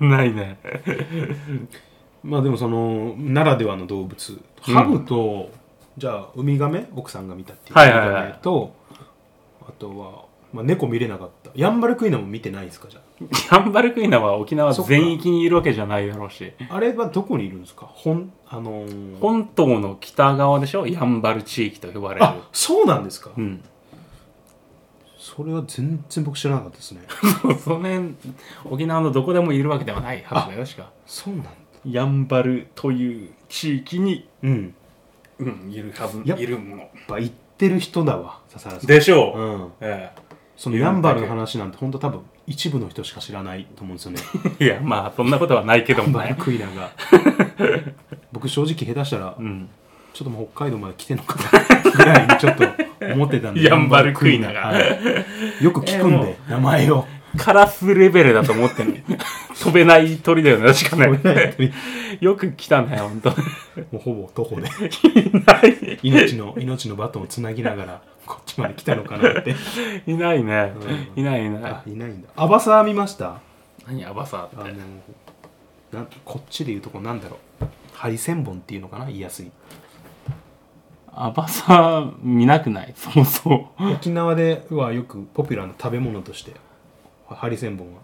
[SPEAKER 2] ないね。
[SPEAKER 1] まあでもそのならではの動物
[SPEAKER 2] うん
[SPEAKER 1] ハブと、じゃあウミガメ奥さんが見たっていう
[SPEAKER 2] はいは
[SPEAKER 1] ウ
[SPEAKER 2] いはい
[SPEAKER 1] ミガメとあとは、まあ、猫見れなかったヤンバルクイナも見てないんですかじゃ
[SPEAKER 2] ヤンバルクイナは沖縄全域にいるわけじゃないだろうし。
[SPEAKER 1] ああれはどこにいるんですか本あのー
[SPEAKER 2] 本島の北側でしょヤンバル地域と呼ばれる。
[SPEAKER 1] あそうなんですか、
[SPEAKER 2] うん。
[SPEAKER 1] それは全然僕知らなかったですね
[SPEAKER 2] その辺、沖縄のどこでもいるわけではないはずだよ、しか。
[SPEAKER 1] そうなんだ
[SPEAKER 2] ヤンバルという地域に、
[SPEAKER 1] うん
[SPEAKER 2] うん、いるはず、
[SPEAKER 1] やっ
[SPEAKER 2] いるもの。
[SPEAKER 1] やっぱ行ってる人だわ笹原さん
[SPEAKER 2] でしょう、
[SPEAKER 1] うん、
[SPEAKER 2] え
[SPEAKER 1] そのヤンバルの話なんて本当多分一部の人しか知らないと思うんですよ ね
[SPEAKER 2] えいや、まあ、そんなことはないけど
[SPEAKER 1] ヤン
[SPEAKER 2] も
[SPEAKER 1] バル
[SPEAKER 2] ね。
[SPEAKER 1] クイナが僕正直下手したら
[SPEAKER 2] うん。
[SPEAKER 1] ちょっともう北海道まで来てんのか なぐらいにちょっと思ってたんで
[SPEAKER 2] ヤンバルクイナが
[SPEAKER 1] ヤンバルクイナはいよく聞くんで、名前を
[SPEAKER 2] カラスレベルだと思って ね。飛べない鳥だよね、確かね。よく来たね、ほんと。
[SPEAKER 1] もうほぼ徒歩で
[SPEAKER 2] いない。
[SPEAKER 1] 命の命のバトンをつなぎながらこっちまで来たのかなって
[SPEAKER 2] いないね。
[SPEAKER 1] うん
[SPEAKER 2] いないいない。
[SPEAKER 1] あいないんだアバサー見ました
[SPEAKER 2] 何アバサー
[SPEAKER 1] あ
[SPEAKER 2] っ
[SPEAKER 1] の
[SPEAKER 2] て
[SPEAKER 1] なんこっちでいうとこなんだろうハリセンボンっていうのかな言いやすい
[SPEAKER 2] アバサー見なくないそもそも
[SPEAKER 1] 沖縄ではよくポピュラーな食べ物としてハリセンボンは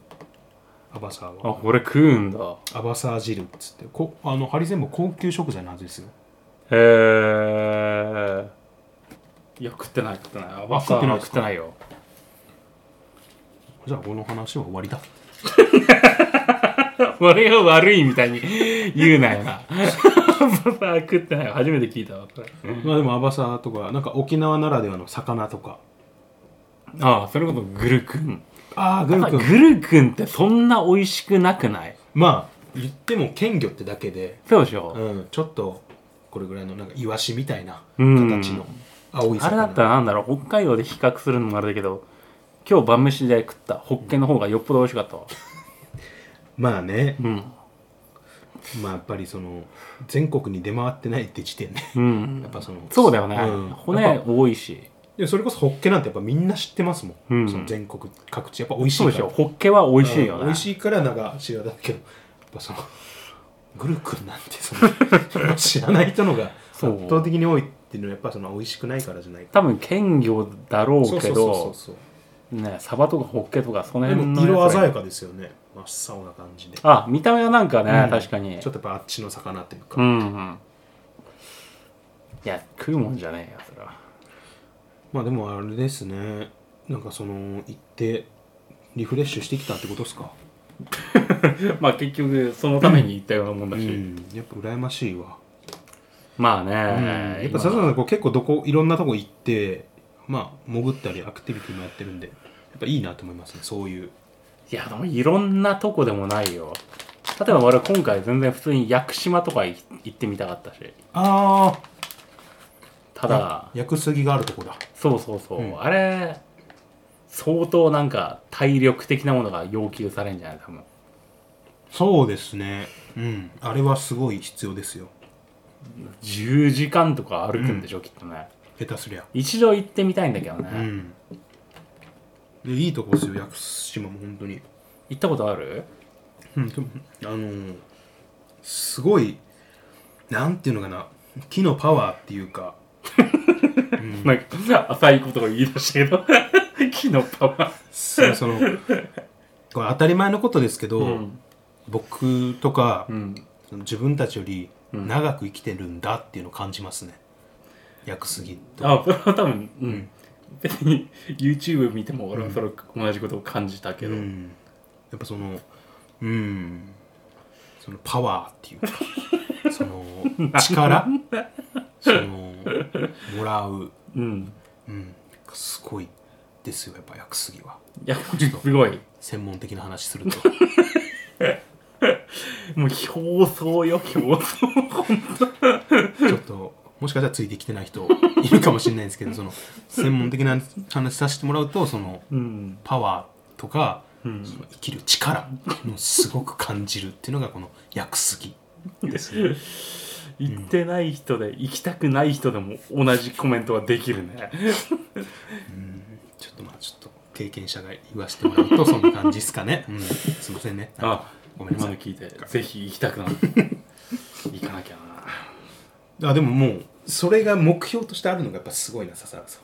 [SPEAKER 1] アバサー
[SPEAKER 2] あ
[SPEAKER 1] は
[SPEAKER 2] これ食うんだ
[SPEAKER 1] アバサー汁っつってこあのハリセンボン高級食材のはずですよ
[SPEAKER 2] へえいや食ってない食ってないアバサーは
[SPEAKER 1] 食っ
[SPEAKER 2] 食ってて
[SPEAKER 1] な
[SPEAKER 2] ないよ
[SPEAKER 1] じゃあこの話は終わりだ
[SPEAKER 2] 俺が悪いみたいに言うなよなアバサー食ってないよ初めて聞いたわこれ
[SPEAKER 1] まあでもアバサーとかなんか沖縄ならではの魚とか
[SPEAKER 2] ああそれこそグルクン
[SPEAKER 1] ああグル
[SPEAKER 2] あ
[SPEAKER 1] 君
[SPEAKER 2] グルクンってそんな美味しくなくない
[SPEAKER 1] まあ言っても鮮魚ってだけで、
[SPEAKER 2] そうでしょ、
[SPEAKER 1] うん、ちょっとこれぐらいのなんかイワシみたいな
[SPEAKER 2] うん
[SPEAKER 1] 形の青い魚
[SPEAKER 2] あれだったらなんだろう北海道で比較するのもあれだけど今日晩飯で食ったホッケの方がよっぽど美味しかったわ
[SPEAKER 1] まあね
[SPEAKER 2] うん
[SPEAKER 1] まあやっぱりその全国に出回ってないって時点で
[SPEAKER 2] うん
[SPEAKER 1] やっぱその
[SPEAKER 2] そうだよね、
[SPEAKER 1] うんや
[SPEAKER 2] 骨
[SPEAKER 1] っ
[SPEAKER 2] 多いし
[SPEAKER 1] いやそれこそホッケなんてやっぱみんな知ってますもん、
[SPEAKER 2] うん
[SPEAKER 1] その全国各地やっぱ美味しいか
[SPEAKER 2] そう
[SPEAKER 1] ら
[SPEAKER 2] でしょホッケは美味しいよね、
[SPEAKER 1] うん美味しいからなんか知らないけどやっぱそのグルクンなんてそ の知らない人のが圧
[SPEAKER 2] そう
[SPEAKER 1] 倒的に多いっていうのはやっぱその美味しくないからじゃないか
[SPEAKER 2] 多分鮮魚だろ
[SPEAKER 1] そううそ
[SPEAKER 2] け
[SPEAKER 1] うそう
[SPEAKER 2] ど
[SPEAKER 1] そう
[SPEAKER 2] ねサバとかホッケとかその
[SPEAKER 1] で
[SPEAKER 2] 辺
[SPEAKER 1] も
[SPEAKER 2] のやつ
[SPEAKER 1] 色
[SPEAKER 2] が
[SPEAKER 1] 鮮やかですよね真っ青な感じでちょっ
[SPEAKER 2] あ見た目はなんかね、
[SPEAKER 1] うん
[SPEAKER 2] 確かに
[SPEAKER 1] とやっぱあっちの魚というか、
[SPEAKER 2] うんうんいや食うもんじゃねえよそれは
[SPEAKER 1] まあでもあれですねなんかその行ってリフレッシュしてきたってことですか
[SPEAKER 2] まあ結局そのために行ったようなもんだ
[SPEAKER 1] う
[SPEAKER 2] し、
[SPEAKER 1] んやっぱ羨ましいわ
[SPEAKER 2] まあ
[SPEAKER 1] うん
[SPEAKER 2] ね、
[SPEAKER 1] やっぱ
[SPEAKER 2] 今
[SPEAKER 1] 佐々木さんこう結構どこいろんなとこ行ってまあ潜ったりアクティビティもやってるんでやっぱいいなと思いますねそういう
[SPEAKER 2] いやでもいろんなとこでもないよ例えば俺今回全然普通に屋久島とか行行ってみたかったし
[SPEAKER 1] あ
[SPEAKER 2] た
[SPEAKER 1] あ
[SPEAKER 2] だ
[SPEAKER 1] 屋久杉があるとこだ
[SPEAKER 2] そうそうそう、
[SPEAKER 1] うん
[SPEAKER 2] あれ相当なんか体力的なものが要求されるんじゃない多分
[SPEAKER 1] そうですねうんあれはすごい必要ですよ
[SPEAKER 2] 10時間とか歩くんでしょ、きっとね
[SPEAKER 1] 下手すりゃ
[SPEAKER 2] 一度行ってみたいんだけどね、
[SPEAKER 1] うんでいいとこですよ屋久島も本当に
[SPEAKER 2] 行ったことある
[SPEAKER 1] うんでもあのーすごいなんていうのかな木のパワーっていうか
[SPEAKER 2] なんか浅いことを言い出したけど 木のパワー
[SPEAKER 1] そその これ当たり前のことですけど、
[SPEAKER 2] うん
[SPEAKER 1] 僕とか、
[SPEAKER 2] うん
[SPEAKER 1] その自分たちより
[SPEAKER 2] うん
[SPEAKER 1] 長く生きてるんだっていうのを感じますね屋久杉と
[SPEAKER 2] あこれは多分うん、
[SPEAKER 1] うん
[SPEAKER 2] 別に YouTube 見ても俺はそれ同じことを感じたけ
[SPEAKER 1] う
[SPEAKER 2] ど、
[SPEAKER 1] ん、やっぱそのうんそのパワーっていう かその力そのもらう、
[SPEAKER 2] うん、
[SPEAKER 1] うん、すごいですよやっぱ屋久杉はい
[SPEAKER 2] やすごい
[SPEAKER 1] 専門的な話すると
[SPEAKER 2] もう表層よ表層
[SPEAKER 1] ちょっともしかしたらついてきてない人いるかもしれないんですけ どその専門的な話させてもらうとその
[SPEAKER 2] うん
[SPEAKER 1] パワーとか、
[SPEAKER 2] うん
[SPEAKER 1] その生きる力のすごく感じるっていうのがこの屋久杉ですね
[SPEAKER 2] 行ってない人で行きたくない人でも同じコメントはできるね
[SPEAKER 1] ちょっとまあちょっと経験者が言わせてもらうとそんな感じですかね、うん、すいませんねなんか
[SPEAKER 2] あ
[SPEAKER 1] ごめんな
[SPEAKER 2] 今
[SPEAKER 1] さ
[SPEAKER 2] の
[SPEAKER 1] い
[SPEAKER 2] 聞いてぜひ行きたくなる 行かなきゃな
[SPEAKER 1] あでももうそれが目標としてあるのがやっぱすごいな笹原さん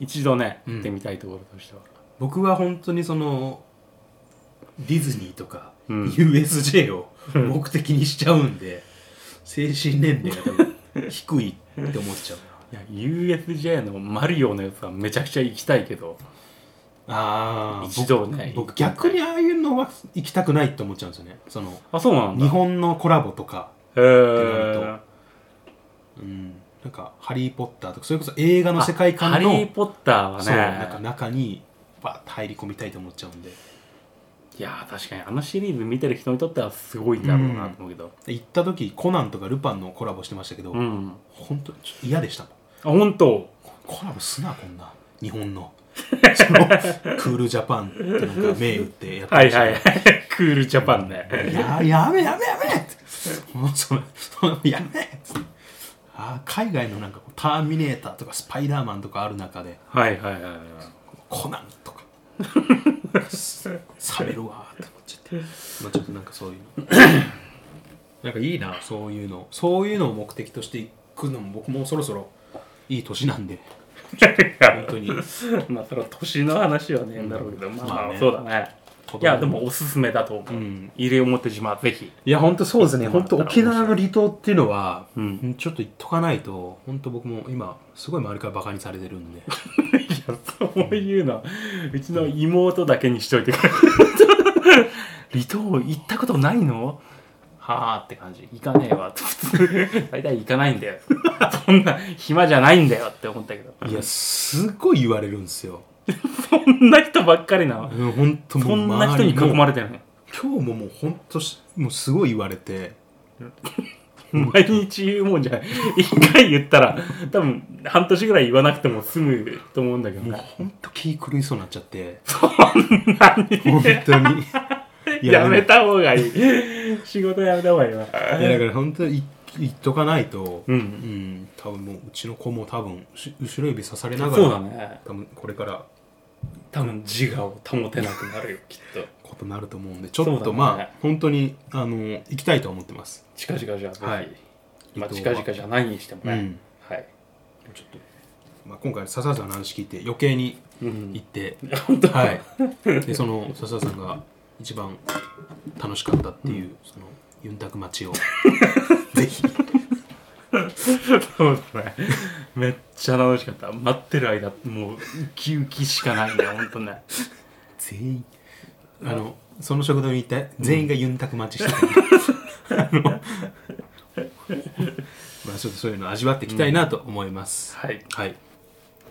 [SPEAKER 2] 一度ね
[SPEAKER 1] うん
[SPEAKER 2] 行ってみたいところとしては、
[SPEAKER 1] 僕は本当にそのディズニーとか
[SPEAKER 2] うん
[SPEAKER 1] USJ を目的にしちゃうんで、精神年齢が多分低いって思っ ちゃう
[SPEAKER 2] いや USJ のマリオのやつはめちゃくちゃ行きたいけど
[SPEAKER 1] あ
[SPEAKER 2] ー一度ね
[SPEAKER 1] 僕逆にああいうのは行きたくないって思っちゃうんですよねその
[SPEAKER 2] あそうなんだ
[SPEAKER 1] 日本のコラボとか
[SPEAKER 2] へー
[SPEAKER 1] うんなんか「ハリー・ポッター」とかそれこそ映画の世界観の
[SPEAKER 2] あハリー・ポッターは
[SPEAKER 1] そうなんか
[SPEAKER 2] ね
[SPEAKER 1] 中にバーッと入り込みたいと思っちゃうんで
[SPEAKER 2] いやー確かにあのシリーズ見てる人にとってはすごいんだろうなと思うけど
[SPEAKER 1] で行った時コナンとかルパンのコラボしてましたけど、
[SPEAKER 2] うん、あ
[SPEAKER 1] 本当にちょっと嫌でしたもん
[SPEAKER 2] 本当
[SPEAKER 1] コラボすなこんな日本のそのクールジャパンってなんか銘打ってやってま
[SPEAKER 2] はい
[SPEAKER 1] した
[SPEAKER 2] は
[SPEAKER 1] け
[SPEAKER 2] い
[SPEAKER 1] ど
[SPEAKER 2] はい クールジャパンね
[SPEAKER 1] ややめやめやめってもうそのそのやめってあー海外のなんかこうターミネーターとかスパイダーマンとかある中で
[SPEAKER 2] はいはいはいはい
[SPEAKER 1] コナンとか冷めるわーって思っちゃってまあちょっとなんかそういうのなんかいいなそういうのそういうのを目的としていくのも僕もそろそろいい年なん で本当に
[SPEAKER 2] まあその年の話はね、だろうけど、まあ、
[SPEAKER 1] まあね
[SPEAKER 2] そうだね。いや、でもおすすめだと思う。
[SPEAKER 1] ん
[SPEAKER 2] 入れ表島、ぜひ。
[SPEAKER 1] いや本当そうですね
[SPEAKER 2] 行っ
[SPEAKER 1] 本
[SPEAKER 2] て
[SPEAKER 1] 当
[SPEAKER 2] もらったら
[SPEAKER 1] 沖縄の離島っていうのは、
[SPEAKER 2] うん
[SPEAKER 1] ちょっと言っとかないと本当僕も今すごい周りからバカにされてるんで
[SPEAKER 2] いや、そういうの、うちの妹だけにしといてくれ。離島行ったことないのはあって感じ。行かねえわ。普通大体行かないんだよ。そんな暇じゃないんだよって思ったけど。
[SPEAKER 1] いやすごい言われるんですよ
[SPEAKER 2] そんな人ばっかりなの。
[SPEAKER 1] うん本当も
[SPEAKER 2] そ
[SPEAKER 1] うん
[SPEAKER 2] な人に囲ま
[SPEAKER 1] れ
[SPEAKER 2] れてるの。
[SPEAKER 1] 今日ももう本当しもうすごい言われて
[SPEAKER 2] 毎日言うもんじゃない一回言ったら多分半年ぐらい言わなくても済むと思うんだけど
[SPEAKER 1] もう
[SPEAKER 2] ね
[SPEAKER 1] 本当気狂いそうになっちゃって
[SPEAKER 2] 何
[SPEAKER 1] 本当 にい
[SPEAKER 2] やめ
[SPEAKER 1] た
[SPEAKER 2] た方がいい仕事やめた方がいいわ
[SPEAKER 1] いやだから本当に言言っとかないと
[SPEAKER 2] うん
[SPEAKER 1] ん多分もううちの子も多分し後ろ指刺されながら
[SPEAKER 2] そうだね
[SPEAKER 1] 多分これから
[SPEAKER 2] 多分自我を保てなくなる よきっと
[SPEAKER 1] ことになると思うんでちょっ
[SPEAKER 2] そうだ
[SPEAKER 1] と
[SPEAKER 2] ね
[SPEAKER 1] まあ、本当にあの行きたいと思ってます
[SPEAKER 2] 近々じゃあぜひ、
[SPEAKER 1] はい
[SPEAKER 2] まあ近々じゃないにしてもね、
[SPEAKER 1] うん
[SPEAKER 2] はい、
[SPEAKER 1] ちょっと、まあ、今回笹原さんの話聞いて余計に
[SPEAKER 2] うん
[SPEAKER 1] 行って、
[SPEAKER 2] 本当
[SPEAKER 1] はいでその笹原さんが一番楽しかったっていう、そのユンタク町をぜひ
[SPEAKER 2] そうですねめっちゃ楽しかった待ってる間もうウキウキしかないんだよ本当ね
[SPEAKER 1] 全員あのその食堂に行って全員がユンタク待ちしてた、あのまあちょっとそういうの味わっていきたいなと思います、
[SPEAKER 2] はい、
[SPEAKER 1] はい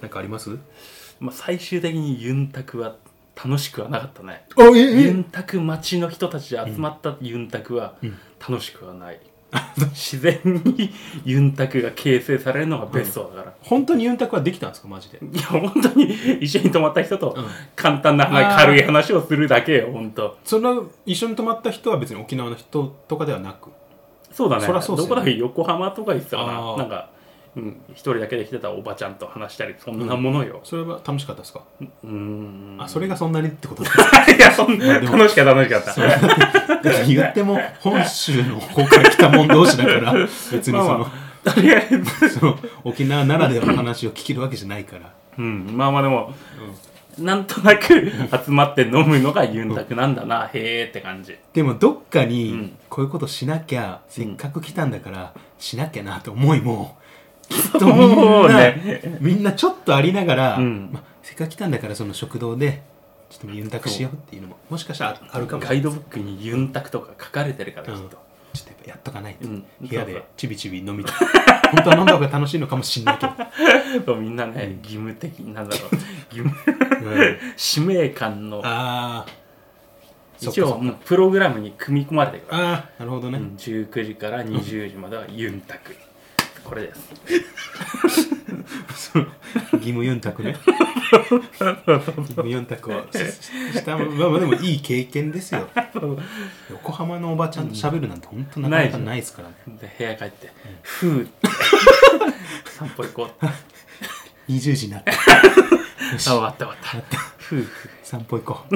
[SPEAKER 1] なんかあります
[SPEAKER 2] まあ、最終的にユンタクは楽しくはなかったね
[SPEAKER 1] あえ
[SPEAKER 2] ユンタク町の人たちで集まったユンタクは
[SPEAKER 1] うん
[SPEAKER 2] 楽しくはない、 自然にユンタクが形成されるのがベストだから、
[SPEAKER 1] 本当にユンタクはできたんですかマジで
[SPEAKER 2] いや本当に一緒に泊まった人と
[SPEAKER 1] うん
[SPEAKER 2] 簡単な話、
[SPEAKER 1] あー
[SPEAKER 2] 軽い話をするだけよ本当
[SPEAKER 1] その一緒に泊まった人は別に沖縄の人とかではなく
[SPEAKER 2] そうだね
[SPEAKER 1] そりゃそうっすよね
[SPEAKER 2] どこだっけ横浜とか言ってたか
[SPEAKER 1] あ
[SPEAKER 2] な
[SPEAKER 1] ー
[SPEAKER 2] なんか、うん、一人だけで来てたおばちゃんと話したりそんなものよ、
[SPEAKER 1] それは楽しかったですか、
[SPEAKER 2] うーん
[SPEAKER 1] あそれ
[SPEAKER 2] が
[SPEAKER 1] がそんなにってことですか
[SPEAKER 2] いやそんな
[SPEAKER 1] でも
[SPEAKER 2] 楽しかった楽しかった
[SPEAKER 1] そうだって言っても本州の方から来た者同士だから別にその,、
[SPEAKER 2] まあまあとりあえず
[SPEAKER 1] その沖縄ならではの話を聞けるわけじゃないから
[SPEAKER 2] うん、まあまあでも、なんとなく 集まって飲むのがユンタクなんだな、へーって感じ
[SPEAKER 1] でもどっか
[SPEAKER 2] う
[SPEAKER 1] に
[SPEAKER 2] ん
[SPEAKER 1] こういうことしなきゃ、せっかく来たんだからしなきゃなと思いもきっとみん
[SPEAKER 2] そう
[SPEAKER 1] な、
[SPEAKER 2] ね
[SPEAKER 1] みんなちょっとありながら、
[SPEAKER 2] うん
[SPEAKER 1] まあ、せっかく来たんだからその食堂でちょっとユンタクしようっていうのももしかしたらあるかもしれ
[SPEAKER 2] ガ
[SPEAKER 1] ない
[SPEAKER 2] イドブックにユンタクとか書かれてるか
[SPEAKER 1] う
[SPEAKER 2] らきっ
[SPEAKER 1] ん
[SPEAKER 2] と、
[SPEAKER 1] ちょっとやっぱやっとかないと、
[SPEAKER 2] うん
[SPEAKER 1] 部屋
[SPEAKER 2] そう
[SPEAKER 1] で
[SPEAKER 2] そう
[SPEAKER 1] ちびちび飲みたい本当は飲んだ方が楽しいのかもしれないけど、
[SPEAKER 2] そうみんなね義務的なんだろう義務
[SPEAKER 1] うん
[SPEAKER 2] 使命感の
[SPEAKER 1] ああそっか
[SPEAKER 2] 一
[SPEAKER 1] そっか
[SPEAKER 2] 応もうプログラムに組み込まれてるから、
[SPEAKER 1] ああなるほどね、
[SPEAKER 2] うん19時から20時まではユンタクこれです
[SPEAKER 1] 義務四択ね義務四択をししたまあまあでもいい経験ですよ横浜のおばちゃんと喋るなんて本当なかなかないですからね
[SPEAKER 2] で部屋帰って「ふう」散歩行こう あ
[SPEAKER 1] 20時になって
[SPEAKER 2] 終わった終わったふうふ
[SPEAKER 1] 散歩行こ
[SPEAKER 2] う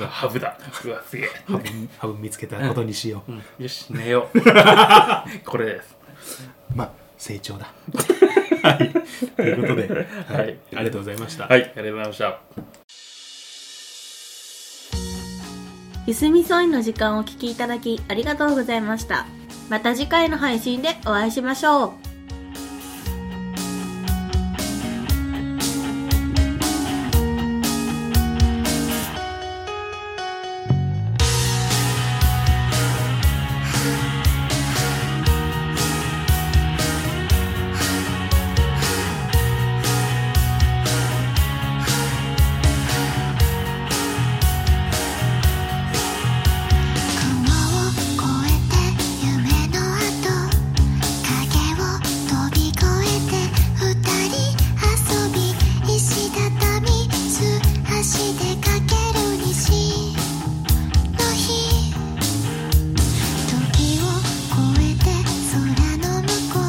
[SPEAKER 2] うわハブだうわすげえ
[SPEAKER 1] う多分多分見つけたことにしよう、
[SPEAKER 2] うんよし寝よ うこれです
[SPEAKER 1] まあ成長だ はいということで、はい
[SPEAKER 2] はい
[SPEAKER 1] ありがとうございました、
[SPEAKER 2] はいありがとうございました
[SPEAKER 3] ゆすみそいの時間をお聞きいただきありがとうございました。また次回の配信でお会いしましょう。
[SPEAKER 4] 「雲を越えて夢の跡」「影を飛び越えて二人遊び」「石畳素足でかける西の日」「時を越えて空の向こう」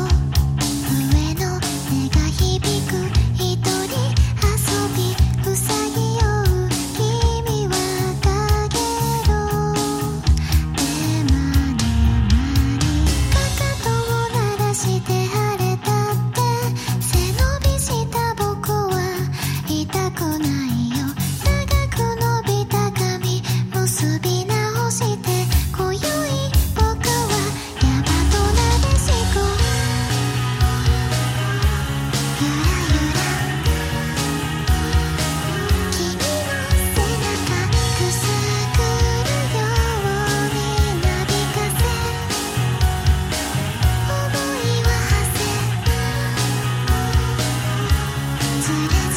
[SPEAKER 4] 「上の音が響く一人遊び」「うさぎよう君はかげろ」「でまにまに」「かかとを鳴らして晴れたって」「背伸びした僕は痛くないよ」「長く伸びた髪結び直して」「今宵僕は山となでしこ」「ゆらゆら」「君の背中くすぐるように」「なびかせ」「想いは馳せ」「ずれずれ」